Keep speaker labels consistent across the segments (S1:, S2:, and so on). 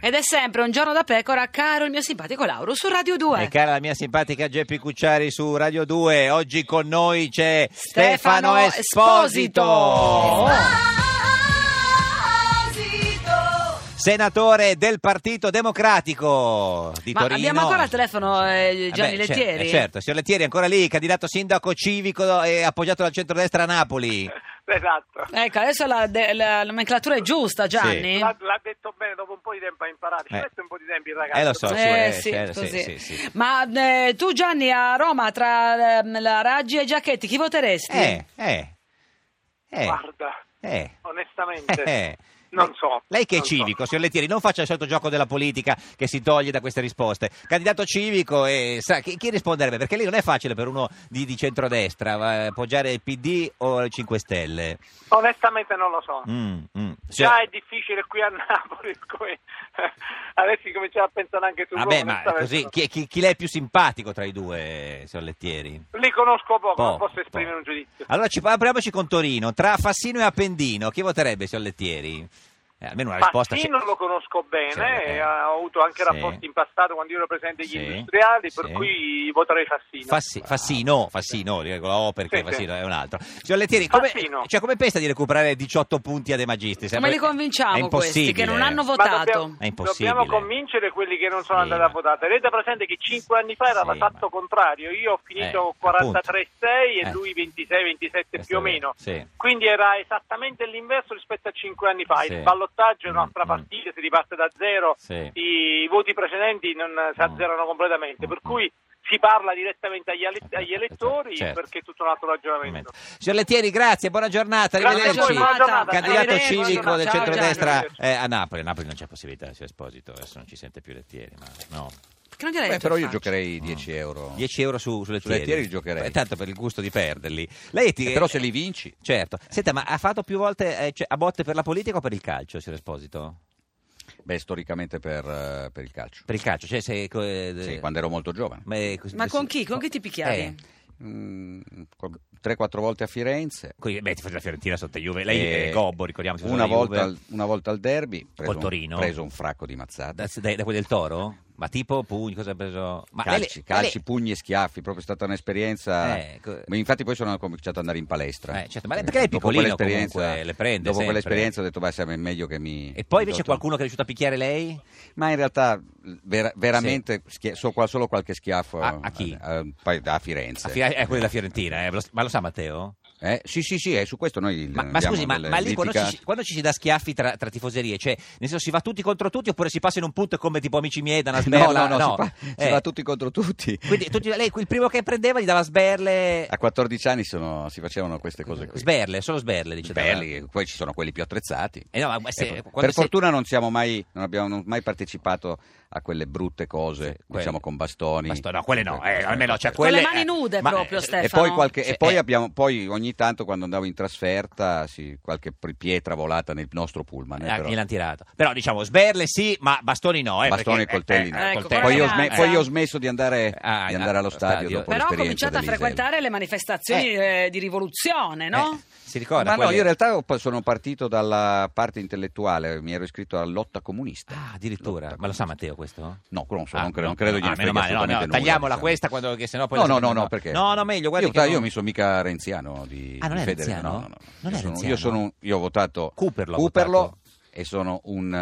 S1: Ed è sempre un giorno da pecora, caro il mio simpatico Lauro, su Radio 2.
S2: E cara la mia simpatica Geppi Cucciari su Radio 2, oggi con noi c'è
S1: Stefano
S2: Stefano Esposito, senatore del Partito Democratico di
S1: Ma
S2: Torino.
S1: abbiamo ancora al telefono eh,
S2: Eh
S1: Gianni
S2: beh, cer-
S1: Lettieri?
S2: eh, certo, signor Lettieri è ancora lì, candidato sindaco civico e appoggiato dal centrodestra a Napoli.
S3: Esatto.
S1: Ecco, adesso la, de- la nomenclatura è giusta, Gianni.
S2: Sì.
S3: L'ha, l'ha detto bene, dopo un po' di tempo ha imparato. Ci
S2: Eh.
S3: mette un po' di tempo il ragazzo.
S2: Eh, lo so.
S3: però-
S1: Eh,
S2: Eh,
S1: sì,
S2: eh, sì,
S1: così.
S2: sì, sì.
S1: Ma eh, tu Gianni a Roma tra ehm, la Raggi e Giacchetti chi voteresti?
S2: Eh, eh, eh,
S3: Guarda,
S2: eh.
S3: onestamente,
S2: Eh.
S3: non so.
S2: Lei che è
S3: non so.
S2: civico, signor Lettieri, non faccia il solito gioco della politica che si toglie da queste risposte. Candidato civico, e sa, chi, chi risponderebbe? Perché lì non è facile per uno di, di centrodestra va- appoggiare il PD o il 5 Stelle.
S3: Onestamente non lo so.
S2: Mm, mm. Signor-
S3: Già è difficile qui a Napoli, come... adesso cominciare a pensare anche tu.
S2: Vabbè, ma
S3: onestamente
S2: così,
S3: no.
S2: chi, chi- chi le è più simpatico tra i due, signor Lettieri?
S3: Li conosco poco,
S2: Po-
S3: non posso
S2: po-
S3: esprimere un giudizio.
S2: Allora ci apriamoci con Torino, tra Fassino e Appendino, chi voterebbe, signor Lettieri? Eh, almeno una risposta...
S3: Fassino
S2: c'è-
S3: lo conosco bene,
S2: Sì, eh.
S3: eh, ho avuto
S2: Sì.
S3: anche rapporti in passato quando io ero presente agli
S2: Sì.
S3: industriali, per
S2: Sì.
S3: cui voterei Fassino. Ah,
S2: Fassi- Fassino, Fassino, dico la O perché
S3: Sì, sì.
S2: Fassino è un altro. Signor Lettieri, come,
S3: Fassino.
S2: cioè, come pensa di recuperare 18 punti a De Magistris?
S1: Come
S2: È-
S1: li
S2: è
S1: convinciamo questi
S2: impossibile.
S1: che non hanno
S3: Ma
S1: votato?
S3: dobbiamo-
S2: È impossibile.
S3: Dobbiamo convincere quelli che non sono
S2: Sì,
S3: andati
S2: ma-
S3: a votare. Renda presente che 5 anni fa era
S2: Sì,
S3: l'esatto
S2: ma-
S3: contrario. Io ho finito
S2: Eh,
S3: 43,6 e
S2: appunto. Eh.
S3: lui 26-27
S2: Questo
S3: più o
S2: è-
S3: meno.
S2: sì.
S3: Quindi era esattamente l'inverso rispetto a 5 anni fa.
S2: Sì.
S3: Il ballottaggio ballottaggio è un'altra
S2: Mm, mm.
S3: partita, si riparte da zero,
S2: Sì.
S3: i voti precedenti non si
S2: Mm.
S3: azzerano completamente, per
S2: Mm.
S3: cui si parla direttamente agli, ele- agli elettori
S2: Certo.
S3: perché è tutto un altro ragionamento.
S2: Signor Lettieri, grazie, buona giornata,
S3: Grazie
S2: arrivederci.
S3: a voi, buona
S1: Ah,
S3: giornata.
S2: Candidato
S3: Arrivederci,
S2: civico
S3: buona
S2: del
S3: giornata.
S2: centrodestra
S3: Ciao, Gianni,
S2: eh, a Napoli. A Napoli non c'è possibilità, si Esposito, adesso non ci sente più Lettieri, ma no.
S1: Che non direi
S2: Eh,
S4: Beh,
S1: la
S4: però
S1: tua
S4: io
S1: faccia.
S4: giocherei 10 euro.
S2: 10 euro su, sulle
S4: Sulle
S2: tiere.
S4: tiere li giocherei.
S2: Eh, Tanto per il gusto di perderli. Lei ti-
S4: Eh, però se li vinci.
S2: Certo. Senta, ma ha fatto più volte eh, cioè, a botte per la politica o per il calcio, signor Esposito?
S4: Beh, storicamente per, eh, per il calcio.
S2: Per il calcio, cioè se... co- eh,
S4: Sì, quando ero molto giovane.
S2: Ma, eh, cos-
S1: Ma con chi?
S2: sì,
S1: Con chi ti picchiavi?
S2: Eh,
S4: Mm, qu- 3-4 volte a Firenze.
S2: con- beh, ti faccio la Fiorentina sotto Juve. Lei
S4: Eh,
S2: è Gobbo, ricordiamoci. sotto
S4: Una
S2: la
S4: volta,
S2: Juve.
S4: al, una volta al derby. Preso, un-
S2: Torino?
S4: preso un fracco di mazzate.
S2: Da, da, da quelli del Toro? Ma tipo pugni, cosa ha preso? Ma lei-
S4: calci,
S2: lei-
S4: calci, pugni e schiaffi. Proprio è stata un'esperienza.
S2: Eh, co-
S4: Ma Infatti, poi sono cominciato ad andare in palestra.
S2: Eh, certo, ma lei- perché lei è
S4: Dopo
S2: piccolino
S4: quell'esperienza-
S2: comunque, le prende
S4: Dopo
S2: sempre.
S4: quell'esperienza ho detto, beh, sai, è meglio che mi.
S2: E poi
S4: mi
S2: invece
S4: do-
S2: qualcuno che è riuscito a picchiare lei?
S4: Ma in realtà, vera- veramente, schia- so- qua- solo qualche schiaffo
S2: A- a chi?
S4: a- poi da Firenze.
S2: A Fi- eh, quello della Fiorentina, eh, ve lo- ma lo sa Matteo?
S4: Eh, sì, sì, sì, eh, su questo noi.
S2: Ma, ma
S4: abbiamo
S2: scusi, ma,
S4: delle
S2: ma lì quando ci,
S4: litigate.
S2: quando ci si dà schiaffi tra, tra tifoserie, cioè, nel senso si va tutti contro tutti oppure si passa in un punto come tipo amici miei da una
S4: No,
S2: sberla?
S4: no, no, Si, fa,
S2: eh.
S4: si va tutti contro tutti.
S2: Quindi tutti- lei, il primo che prendeva gli dava sberle,
S4: A 14 anni sono- si facevano queste cose qui.
S2: sberle, solo sberle, dice.
S4: Belli, poi ci sono quelli più attrezzati.
S2: Eh no, ma se-
S4: Eh,
S2: quando
S4: per
S2: sei-
S4: fortuna non siamo mai, non abbiamo non- mai partecipato a quelle brutte cose,
S2: Sì, quelle.
S4: diciamo con bastoni.
S2: Basto- no, quelle no,
S4: Con
S2: eh, almeno cioè,
S1: Con
S2: quelle,
S1: le mani nude
S2: ma-
S1: proprio,
S2: eh,
S1: Stefano.
S4: E poi, qualche-
S2: Cioè,
S4: e poi
S2: eh.
S4: abbiamo, poi ogni tanto quando andavo in trasferta, sì, qualche pri- pietra volata nel nostro pullman. eh,
S2: Ah,
S4: però.
S2: gliel'han tirato. Però diciamo sberle sì, ma bastoni no. Eh,
S4: Bastoni
S2: perché-
S4: e coltelli
S2: eh,
S4: no.
S2: eh,
S1: Ecco,
S2: coltelli
S4: poi, io ho
S2: no,
S4: sme-
S1: eh.
S4: poi io ho smesso di andare,
S2: Ah,
S4: di andare allo stadio,
S2: stadio.
S4: dopo
S1: Però ho
S4: l'esperienza
S1: cominciato a
S4: dell'Isel.
S1: frequentare le manifestazioni eh, di rivoluzione, no?
S2: Eh, si ricorda?
S4: Ma no,
S2: quelle-
S4: io in realtà ho- sono partito dalla parte intellettuale, mi ero iscritto alla lotta comunista.
S2: Ah, addirittura.
S4: Lotta
S2: Ma lo sa
S4: comunista.
S2: Matteo questo?
S4: No, non, so,
S2: Ah,
S4: non credo, non
S2: no,
S4: credo
S2: no,
S4: gliene
S2: ah,
S4: freghi
S2: meno male, no,
S4: assolutamente
S2: no,
S4: nulla,
S2: tagliamola
S4: diciamo.
S2: questa quando- che sennò poi
S4: No,
S2: la
S4: no, no,
S2: sentiamo-
S4: no, perché...
S2: No, no, meglio, guarda
S4: Io,
S2: che
S4: dai, io
S2: non-
S4: mi sono mica renziano di,
S2: Ah, non
S4: di
S2: è
S4: Fedele,
S2: renziano?
S4: no, no, no.
S2: Non
S4: io,
S2: è
S4: sono, io
S2: renziano.
S4: sono un- io ho votato
S2: Cooper l'ha
S4: Cooperlo
S2: votato.
S4: e sono un...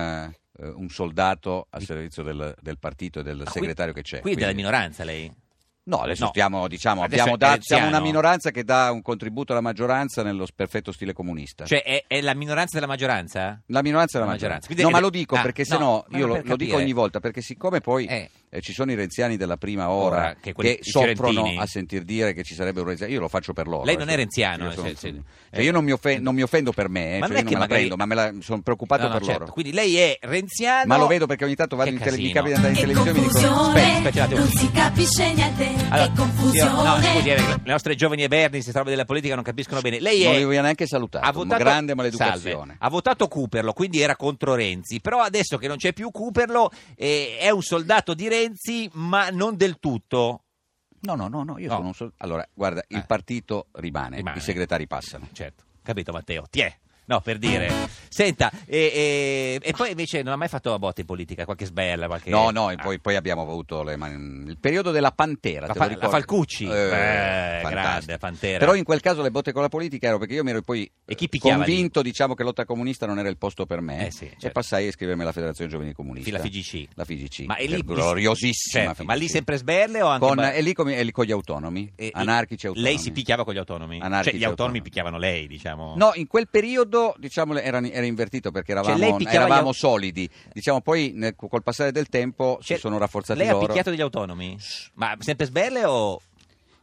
S4: eh, un soldato a servizio del, del partito e del
S2: Ah, qui-
S4: segretario che c'è.
S2: Qui è della
S4: quindi-
S2: minoranza lei.
S4: No, adesso
S2: No.
S4: stiamo, diciamo,
S2: Adesso
S4: abbiamo
S2: è
S4: dato-
S2: renziano.
S4: siamo una minoranza che dà un contributo alla maggioranza nello perfetto stile comunista.
S2: Cioè è, è la minoranza della maggioranza?
S4: La minoranza è la
S2: La maggioranza.
S4: maggioranza.
S2: Quindi-
S4: No, ma lo dico
S2: Ah,
S4: perché
S2: no,
S4: se no
S2: ma per
S4: io lo, lo dico
S2: capire.
S4: ogni volta, perché siccome poi
S2: Eh.
S4: eh, ci sono i renziani della prima ora,
S2: Ora, che
S4: che,
S2: quelli- i
S4: soffrono
S2: fiorentini.
S4: a sentir dire che ci sarebbe un renziano, io lo faccio per loro.
S2: Lei non è
S4: eh,
S2: renziano,
S4: Io,
S2: se- se-
S4: cioè,
S2: eh.
S4: io non, mi offen- non mi offendo per me, eh,
S2: Ma non è
S4: cioè, io
S2: che
S4: non me la
S2: magari-
S4: prendo, ma me la- sono preoccupato
S2: No, no,
S4: per
S2: certo.
S4: loro.
S2: Quindi lei è renziano.
S4: Ma lo vedo perché ogni tanto vado
S2: Che
S4: in tele- mi
S2: casino.
S4: capita di andare in
S5: Che
S4: televisione e mi dicono
S5: confusione,
S2: Aspetta, aspetta,
S5: non
S2: aspetta.
S5: si capisce niente,
S2: Allora,
S5: che confusione.
S2: signor- no, scusi, eh, le nostre giovani eberni si trovano della politica non capiscono bene. Lei
S4: non
S2: è
S4: li voglio neanche salutare,
S2: ha votato
S4: grande maleducazione.
S2: Salve. Ha votato Cooperlo, quindi era contro Renzi, però adesso che non c'è più Cooperlo eh, è un soldato di Renzi, ma non del tutto.
S4: No, no, no, no, io
S2: No.
S4: sono un sol- Allora, guarda, il
S2: Eh.
S4: partito rimane,
S2: Rimane.
S4: i segretari passano.
S2: Certo, capito Matteo? Ti è. No, per dire. Senta, e, e- e poi invece non ha mai fatto a botte in politica, qualche sberla, qualche...
S4: No, no, e
S2: Ah.
S4: poi, poi abbiamo avuto le man- il periodo della Pantera.
S2: La
S4: te
S2: fa-
S4: lo ricordi?
S2: la Falcucci. Eh,
S4: fantastico.
S2: grande, Pantera.
S4: Però in quel caso le botte con la politica ero perché io mi ero poi
S2: E chi
S4: eh,
S2: picchiava
S4: convinto diciamo che lotta comunista non era il posto per me
S2: Eh sì, certo.
S4: e passai a iscrivermi alla Federazione Giovani Comunista.
S2: Fi- la FIGC.
S4: La FIGC.
S2: Ma è
S4: del
S2: lì-
S4: gloriosissima.
S2: Certo,
S4: FIGC.
S2: ma lì sempre sberle o anche...
S4: con,
S2: ba-
S4: e, lì come- e lì con gli autonomi,
S2: e-
S4: anarchici autonomi.
S2: Lei si picchiava con gli autonomi?
S4: Anarchici
S2: cioè, gli autonomi
S4: autonomi.
S2: picchiavano lei, diciamo?
S4: No, in quel periodo diciamo, era, era invertito perché eravamo,
S2: Cioè, lei picchiava gli
S4: eravamo
S2: au-
S4: solidi. Diciamo, poi nel- col passare del tempo
S2: Cioè,
S4: si sono rafforzati
S2: Lei
S4: loro.
S2: ha picchiato degli autonomi? Ma sempre sberle o...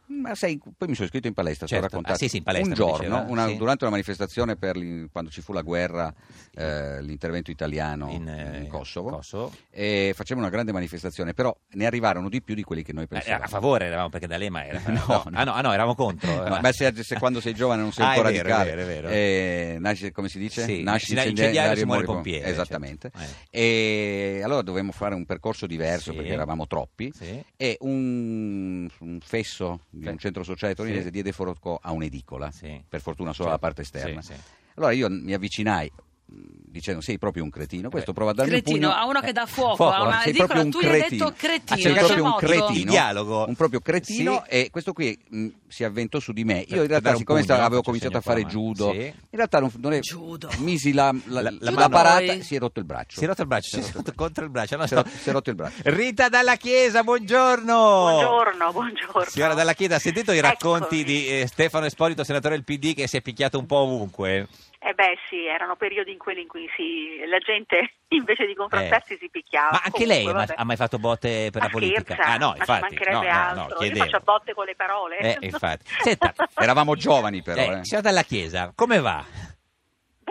S4: Ma sai, poi mi sono iscritto in palestra, ti ho
S2: Certo.
S4: raccontato.
S2: Ah, sì, sì, in palestra,
S4: un
S2: mi
S4: giorno,
S2: diceva,
S4: una-
S2: sì.
S4: durante una manifestazione per l'in- quando ci fu la guerra, eh, l'intervento italiano in,
S2: eh,
S4: Kosovo,
S2: Kosovo.
S4: e facevamo una grande manifestazione, però ne arrivarono di più di quelli che noi
S2: Eh,
S4: pensavamo.
S2: a favore eravamo perché da Lema era.
S4: No, no.
S2: Ah, no, ah, no, eravamo contro.
S4: No, ma se, se quando sei giovane non sei
S2: Ah, è
S4: ancora
S2: vero, è
S4: radicale,
S2: vero, è vero.
S4: eh, nasce, come si dice?
S2: Sì,
S4: nasce
S2: si dà incendiario, si muore pompiere,
S4: Esattamente.
S2: certo. Eh.
S4: E allora dovevamo fare un percorso diverso
S2: Sì.
S4: perché eravamo troppi.
S2: Sì.
S4: E un, un fesso di un centro sociale torinese
S2: Sì.
S4: diede forocco a un'edicola,
S2: Sì.
S4: per fortuna solo
S2: Certo.
S4: la parte esterna.
S2: Sì, sì.
S4: Allora io mi avvicinai mh, dicendo sei proprio un
S2: Eh
S4: cretino questo prova a darmi un
S1: Cretino,
S4: pugno Eh,
S1: a uno che dà fuoco,
S2: Fuoco,
S1: a una
S4: sei
S1: edicola.
S4: proprio un
S1: tu gli hai
S4: cretino.
S1: detto cretino,
S4: Ah, sei
S1: cioè
S4: proprio un
S1: morto.
S4: cretino.
S2: Il dialogo.
S4: Un proprio cretino
S2: Sì.
S4: e questo qui mh, si avventò su di me. Io
S2: Per-
S4: in
S2: per
S4: realtà
S2: dare un
S4: siccome
S2: pugno,
S4: sta- avevo
S2: faccio
S4: cominciato a
S2: segno
S4: fare
S2: con la
S4: judo,
S2: mano. Sì.
S4: in realtà non, non è-
S1: Judo.
S4: misi la, la,
S2: La-
S4: la,
S2: la
S1: mano.
S4: parata
S1: Noi.
S4: si è rotto il braccio.
S2: Si è rotto il braccio, si è rotto contro il braccio. No,
S4: Si è
S2: no.
S4: rotto- si è rotto il braccio.
S2: Rita dalla Chiesa, buongiorno.
S6: Buongiorno, buongiorno.
S2: Signora Dalla Chiesa, ha sentito i racconti
S6: Eccomi.
S2: di eh, Stefano Esposito, senatore del PD, che si è picchiato un po' ovunque?
S6: Eh beh sì, erano periodi in quelli in cui si, la gente invece di confrontarsi
S2: Eh.
S6: si picchiava.
S2: Ma anche
S6: Comunque,
S2: lei ma-
S6: vabbè.
S2: ha mai fatto botte per
S6: Ma
S2: la politica?
S6: scherza,
S2: ah, no,
S6: ma ci
S2: infatti. No,
S6: mancherebbe
S2: no, no,
S6: altro. Io
S2: chiedevo.
S6: faccio a botte con le parole.
S2: Eh, infatti. Senta,
S4: Eravamo giovani però,
S2: eh,
S4: eh.
S2: signora Dalla Chiesa, come va?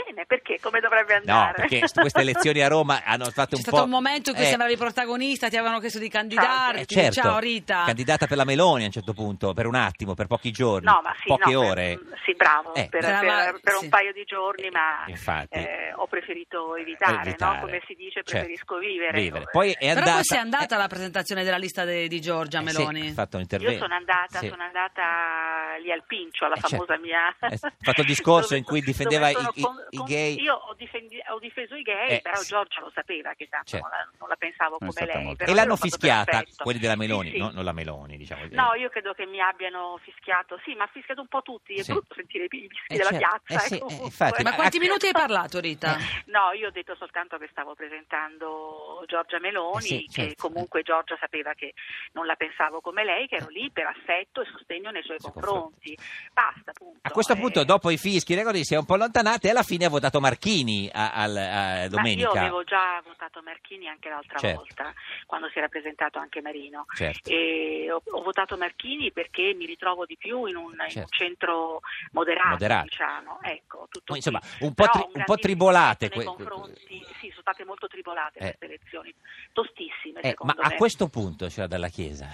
S6: Bene, perché? Come dovrebbe andare?
S2: No, perché st- queste elezioni a Roma hanno fatto
S1: C'è
S2: un po'...
S1: stato un momento in cui
S2: Eh,
S1: sembravi protagonista, ti avevano chiesto di candidarti.
S2: eh, certo,
S1: Ciao Rita.
S2: Candidata per la Meloni a un certo punto, per un attimo, per pochi giorni,
S6: No, ma sì,
S2: poche
S6: no, per-
S2: ore.
S6: sì, bravo,
S2: Eh.
S6: per,
S1: Tra
S6: per-
S1: l'altro,
S6: per
S1: sì.
S6: un paio di giorni, ma
S2: Infatti. Eh,
S6: eh, ho preferito evitare, no?
S2: evitare.
S6: come si dice,
S2: Certo.
S6: preferisco vivere.
S2: Vivere. Poi è
S1: Però
S2: andata...
S1: poi sei andata alla presentazione della lista de- di Giorgia
S2: eh,
S1: Meloni.
S2: sì, ha fatto un intervento.
S6: Io sono andata,
S2: Sì.
S6: sono andata lì al Pincio, alla
S2: Eh,
S6: famosa
S2: certo.
S6: mia...
S2: Eh, ha fatto il discorso in cui
S6: dove
S2: difendeva i-
S6: sono
S2: i-
S6: con-
S2: i
S6: con-
S2: gay.
S6: Io ho, difendi- ho difeso i gay,
S2: Eh,
S6: però
S2: sì.
S6: Giorgia lo sapeva che tanto
S2: Certo.
S6: non, la, non la pensavo
S4: Non
S6: come
S4: è stata
S6: lei.
S4: molto-
S6: però
S2: E
S6: io
S2: l'hanno
S6: l'ho fatto per
S2: fischiata
S6: affetto.
S2: quelli della Meloni,
S6: Sì, sì.
S2: no? non la Meloni, diciamo.
S6: No, io credo che mi abbiano fischiato, sì, ma ha fischiato un po' tutti, è
S2: Sì.
S6: brutto sentire i fischi
S2: Eh,
S6: della
S2: certo. Eh,
S6: piazza. ecco.
S2: sì, eh,
S6: comunque-
S2: infatti.
S1: Ma quanti minuti hai parlato, Rita?
S6: No, io ho detto soltanto che stavo presentando Giorgia Meloni,
S2: Eh sì,
S6: che
S2: certo.
S6: comunque Giorgia sapeva che non la pensavo come lei, che ero lì per affetto e sostegno nei suoi
S2: Nei suoi
S6: confronti. Basta, punto.
S2: A questo
S6: Eh,
S2: punto, dopo i fischi, le cose si è un po' allontanate e alla fine ha votato Marchini a, al- a
S6: ma
S2: domenica.
S6: io avevo già votato Marchini anche l'altra
S2: Certo.
S6: volta, quando si era presentato anche Marino.
S2: Certo.
S6: E ho, ho votato Marchini perché mi ritrovo di più in un, in un
S2: Certo.
S6: centro moderato,
S2: Moderato.
S6: diciamo. Ecco, tutto
S2: Poi, insomma,
S6: qui.
S2: un po',
S6: Però
S2: tri- un po'
S6: grandissimo
S2: tribolate.
S6: rispetto
S2: que-
S6: nei confronti, sì, sono state molto tribolate
S2: Eh.
S6: queste elezioni, tostissime
S2: Eh, ma
S6: secondo
S2: a
S6: me.
S2: questo punto, c'era dalla Chiesa,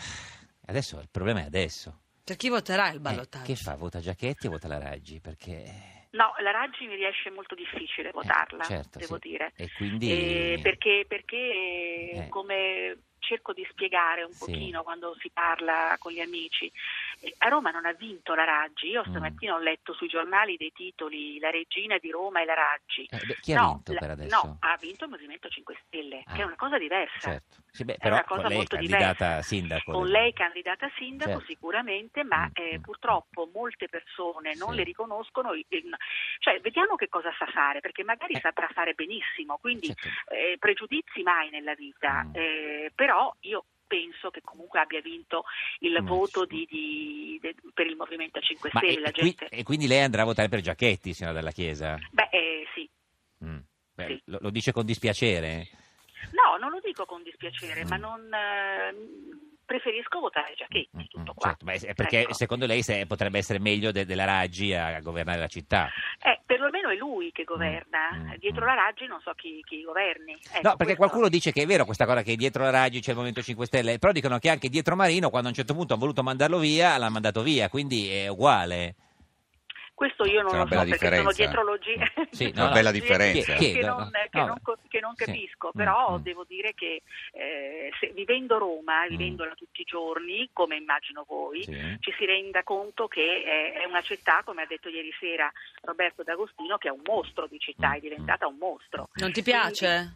S2: adesso il problema è adesso.
S1: Per chi voterà il
S2: Eh,
S1: ballottaggio?
S2: che fa? Vota Giacchetti o vota la Raggi? Perché... eh,
S6: No, la Raggi mi riesce molto difficile votarla,
S2: certo,
S6: devo
S2: sì.
S6: dire.
S2: E quindi-
S6: Eh, perché perché,
S2: Eh.
S6: come cerco di spiegare un
S2: Sì.
S6: pochino quando si parla con gli amici, eh, a Roma non ha vinto la Raggi. Io
S2: Mm.
S6: stamattina ho letto sui giornali dei titoli La regina di Roma e la Raggi.
S2: Eh, beh, chi ha
S6: No,
S2: vinto
S6: la-
S2: per adesso?
S6: No, ha vinto il Movimento 5 Stelle,
S2: Ah.
S6: che è una cosa diversa.
S2: Certo. Sì, beh,
S6: È
S2: però
S6: una
S2: con
S6: cosa
S2: lei
S6: molto
S2: candidata
S6: diversa.
S2: sindaco.
S6: Con
S2: del-
S6: lei candidata sindaco
S2: Certo.
S6: sicuramente, ma
S2: Mm,
S6: eh,
S2: mm.
S6: purtroppo molte persone non
S2: Sì.
S6: le riconoscono. eh, n- Cioè, vediamo che cosa sa fare, perché magari
S2: Eh.
S6: saprà fare benissimo, quindi
S2: Certo.
S6: eh, pregiudizi mai nella vita,
S2: Mm.
S6: eh, però io penso che comunque abbia vinto il
S2: Mm.
S6: voto di- di- de- per il Movimento 5
S2: Ma
S6: Stelle.
S2: e,
S6: la
S2: e qui-
S6: gente...
S2: e quindi lei andrà a votare per Giacchetti, signora della Chiesa?
S6: Beh, eh, sì.
S2: Mm. Beh,
S6: Sì.
S2: lo, lo dice con dispiacere?
S6: No, non lo dico con dispiacere,
S2: Mm.
S6: ma non... eh, preferisco votare
S2: Mm,
S6: Giacchetti,
S2: mm,
S6: tutto qua.
S2: certo, ma è- è perché
S6: Ecco.
S2: secondo lei se- potrebbe essere meglio de- della Raggi a, a governare la città?
S6: Eh, perlomeno è lui che governa,
S2: Mm, mm,
S6: dietro
S2: mm.
S6: la Raggi non so chi, chi governi. Ecco,
S2: no, perché qualcuno dice che è vero questa cosa che dietro la Raggi c'è il Movimento 5 Stelle, però dicono che anche dietro Marino, quando a un certo punto hanno voluto mandarlo via, l'hanno mandato via, quindi è uguale.
S6: Questo io non
S4: C'è
S6: lo
S4: una
S6: so
S4: bella
S6: perché sono
S4: differenza.
S6: dietro logi-
S2: Mm. Sì,
S4: no, Una no. bella differenza.
S6: Che,
S2: Chiedo,
S6: non,
S2: no.
S6: che
S2: No,
S6: non co- che non
S2: sì.
S6: capisco,
S2: Mm,
S6: però
S2: mm.
S6: devo dire che eh, se- vivendo Roma, vivendola tutti i giorni, come immagino voi,
S2: Sì. Eh,
S6: ci si renda conto che è, è una città, come ha detto ieri sera Roberto D'Agostino, che è un mostro di città, è diventata un mostro.
S1: Non ti piace?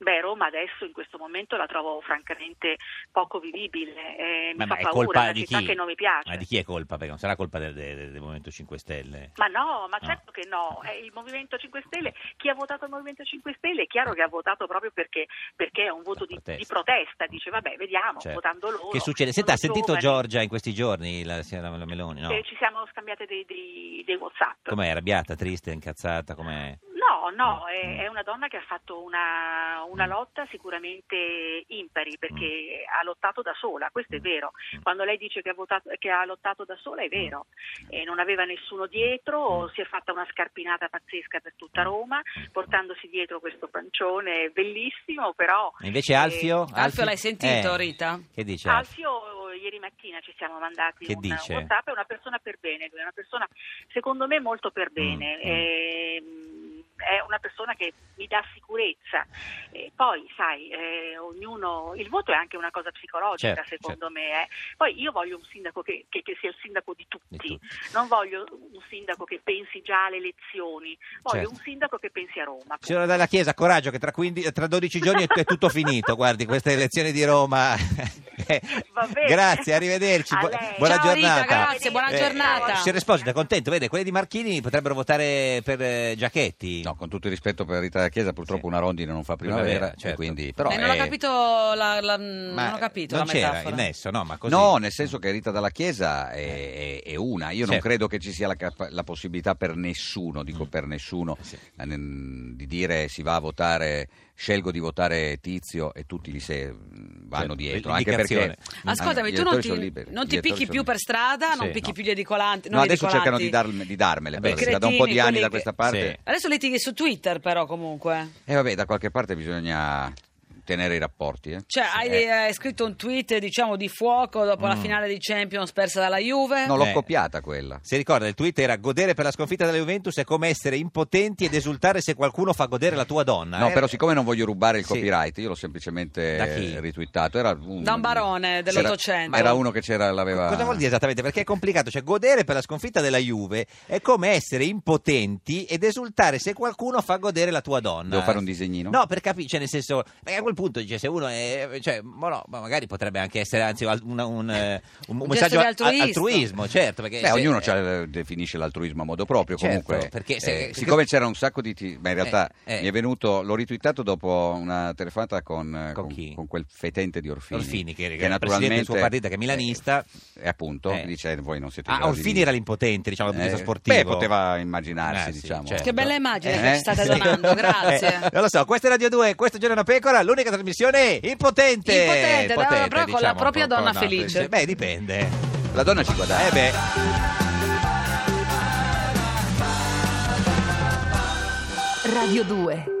S6: Beh, Roma adesso in questo momento la trovo francamente poco vivibile, eh, mi
S2: Ma,
S6: fa
S2: ma è
S6: paura, è
S2: colpa
S6: una
S2: di
S6: città
S2: chi?
S6: che non mi piace.
S2: Ma di chi è colpa? Perché non sarà colpa del, del- del Movimento 5 Stelle.
S6: Ma no, ma
S2: No.
S6: certo che no, è il Movimento 5 Stelle, chi ha votato il Movimento 5 Stelle è chiaro che ha votato proprio perché, perché è un voto di,
S2: protesta.
S6: di protesta, dice vabbè vediamo,
S2: Certo.
S6: votando loro.
S2: Che succede? Senta, ha
S6: sono
S2: sentito
S6: giovani.
S2: Giorgia in questi giorni, la signora Meloni? No.
S6: Eh, ci siamo scambiate dei, dei- dei Whatsapp.
S2: Com'è? Arrabbiata, triste, incazzata? Com'è?
S6: No, no,
S2: Mm.
S6: è, è una donna che ha fatto una, una lotta sicuramente impari perché ha lottato da sola, questo è vero. Quando lei dice che ha, votato- che ha lottato da sola è vero, E non aveva nessuno dietro, si è fatta una scarpinata pazzesca per tutta Roma, portandosi dietro questo pancione bellissimo, però...
S2: E Invece
S6: eh,
S2: Alfio? Eh,
S1: Alfio l'hai sentito, Rita?
S2: Che dice Alfio?
S6: Alfio eh, ieri mattina ci siamo mandati
S2: Certo. Che
S6: un
S2: dice?
S6: un WhatsApp, è una persona per bene, lui è una persona secondo me molto per bene.
S2: Mm, mm.
S6: ehm, è una persona che mi dà sicurezza. E poi, sai, eh, ognuno. Il voto è anche una cosa psicologica,
S2: Certo,
S6: secondo me. eh. Poi io voglio un sindaco che, che- che sia il sindaco di tutti.
S2: Di tutti.
S6: Non voglio un sindaco che pensi già alle elezioni, voglio
S2: Certo.
S6: un sindaco che pensi a Roma. appunto.
S2: Signora Dalla Chiesa, coraggio che tra, 15 tra 12 giorni è, è tutto finito, guardi, queste elezioni di Roma bene.
S6: Va bene.
S2: Grazie, arrivederci.
S6: A
S2: Bu-
S6: lei.
S2: buona
S1: Ciao, Rita,
S2: giornata.
S1: grazie, buona giornata.
S2: signor Esposito è contento, vede, quelli di Marchini potrebbero votare per eh, Giachetti.
S4: No, con tutto il rispetto per Rita della Chiesa, purtroppo una rondine non fa primavera,
S2: Primavera,
S4: e
S2: certo.
S4: quindi, però
S1: Eh, non ho
S4: è-
S1: capito la, la- non ho capito
S2: non
S1: la
S2: c'era
S1: metafora.
S2: il nesso, no, ma così.
S4: No, nel senso che Rita dalla Chiesa è, è- è una. Io non
S2: Certo.
S4: credo che ci sia la, capa- la possibilità per nessuno, dico per nessuno,
S2: Sì.
S4: eh, n- di dire si va a votare, scelgo di votare Tizio e tutti gli se vanno
S2: Certo,
S4: dietro. Anche
S2: l'indicazione.
S4: perché
S1: Ascoltami,
S4: anche-
S1: tu
S4: i
S1: non
S4: direttori sono
S1: ti,
S4: liberi,
S1: non
S4: i
S1: ti
S4: direttori
S1: picchi
S4: sono
S1: più per
S4: liberi.
S1: strada, non
S2: Sì,
S1: picchi
S2: no.
S1: più gli edicolanti.
S4: No,
S1: non
S4: adesso cercano
S1: edicolanti.
S4: di, darmele- di darmele,
S2: Vabbè,
S4: però, perché da un
S1: cretini,
S4: po' di anni
S1: quelli
S4: da
S1: che-
S4: questa parte.
S1: Adesso litighi su Twitter, però, comunque.
S4: E vabbè, da qualche parte bisogna tenere i rapporti. eh.
S1: Cioè,
S4: Sì,
S1: hai,
S4: eh.
S1: hai scritto un tweet, diciamo, di fuoco dopo
S2: Mm.
S1: la finale di Champions persa dalla Juve.
S4: No, l'ho
S2: Eh.
S4: copiata quella.
S2: Si ricorda, il tweet era godere per la sconfitta della Juventus è come essere impotenti ed esultare se qualcuno fa godere la tua donna.
S4: No,
S2: Eh,
S4: però siccome non voglio rubare il
S2: Sì.
S4: copyright, io l'ho
S2: Da chi?
S4: semplicemente ritwittato. Era un,
S1: Da un barone dell'Ottocento.
S4: c'era- Era uno che c'era, l'aveva...
S2: Cosa vuol dire esattamente? Perché è complicato, cioè godere per la sconfitta della Juve è come essere impotenti ed esultare se qualcuno fa godere la tua donna.
S4: Devo fare un disegnino?
S2: No, per capire, cioè nel senso, perché a quel punto dice, se uno è, cioè, ma no, ma magari potrebbe anche essere, anzi, al- un, un, eh, un
S1: Un
S2: messaggio
S1: gesto di
S2: al-
S1: altruismo.
S2: altruismo, certo, perché
S4: Beh,
S2: se-
S4: ognuno
S2: eh,
S4: c'ha- definisce l'altruismo a modo proprio,
S2: Certo,
S4: comunque.
S2: perché se-
S4: eh,
S2: perché-
S4: siccome c'era un sacco di... ti- Beh, in realtà
S2: Eh, eh.
S4: mi è venuto... L'ho ritwittato dopo una telefonata con, eh,
S2: Con chi?
S4: quel fetente di Orfini.
S2: Orfini, che- che era il presidente del suo partito, che è milanista.
S4: E appunto,
S2: Eh.
S4: dice, voi non siete in
S2: Ah,
S4: grado di
S2: Orfini
S4: vincere.
S2: era l'impotente, diciamo, dal punto di
S4: Eh,
S2: vista sportivo.
S4: Beh, poteva immaginarsi,
S2: Ah, sì,
S4: diciamo.
S2: certo.
S1: Che bella immagine
S4: Eh?
S1: che ci state
S4: Sì.
S1: donando, grazie.
S2: Eh, non lo so, questa è Radio 2, questo giorno è una pecora, l'unica trasmissione impotente. diciamo,
S1: Impotente, da-
S2: Potente,
S1: però con la propria
S2: un po'
S1: donna
S2: no,
S1: felice.
S2: Beh, dipende.
S4: La donna ci guadagna.
S2: Eh beh.
S5: Radio 2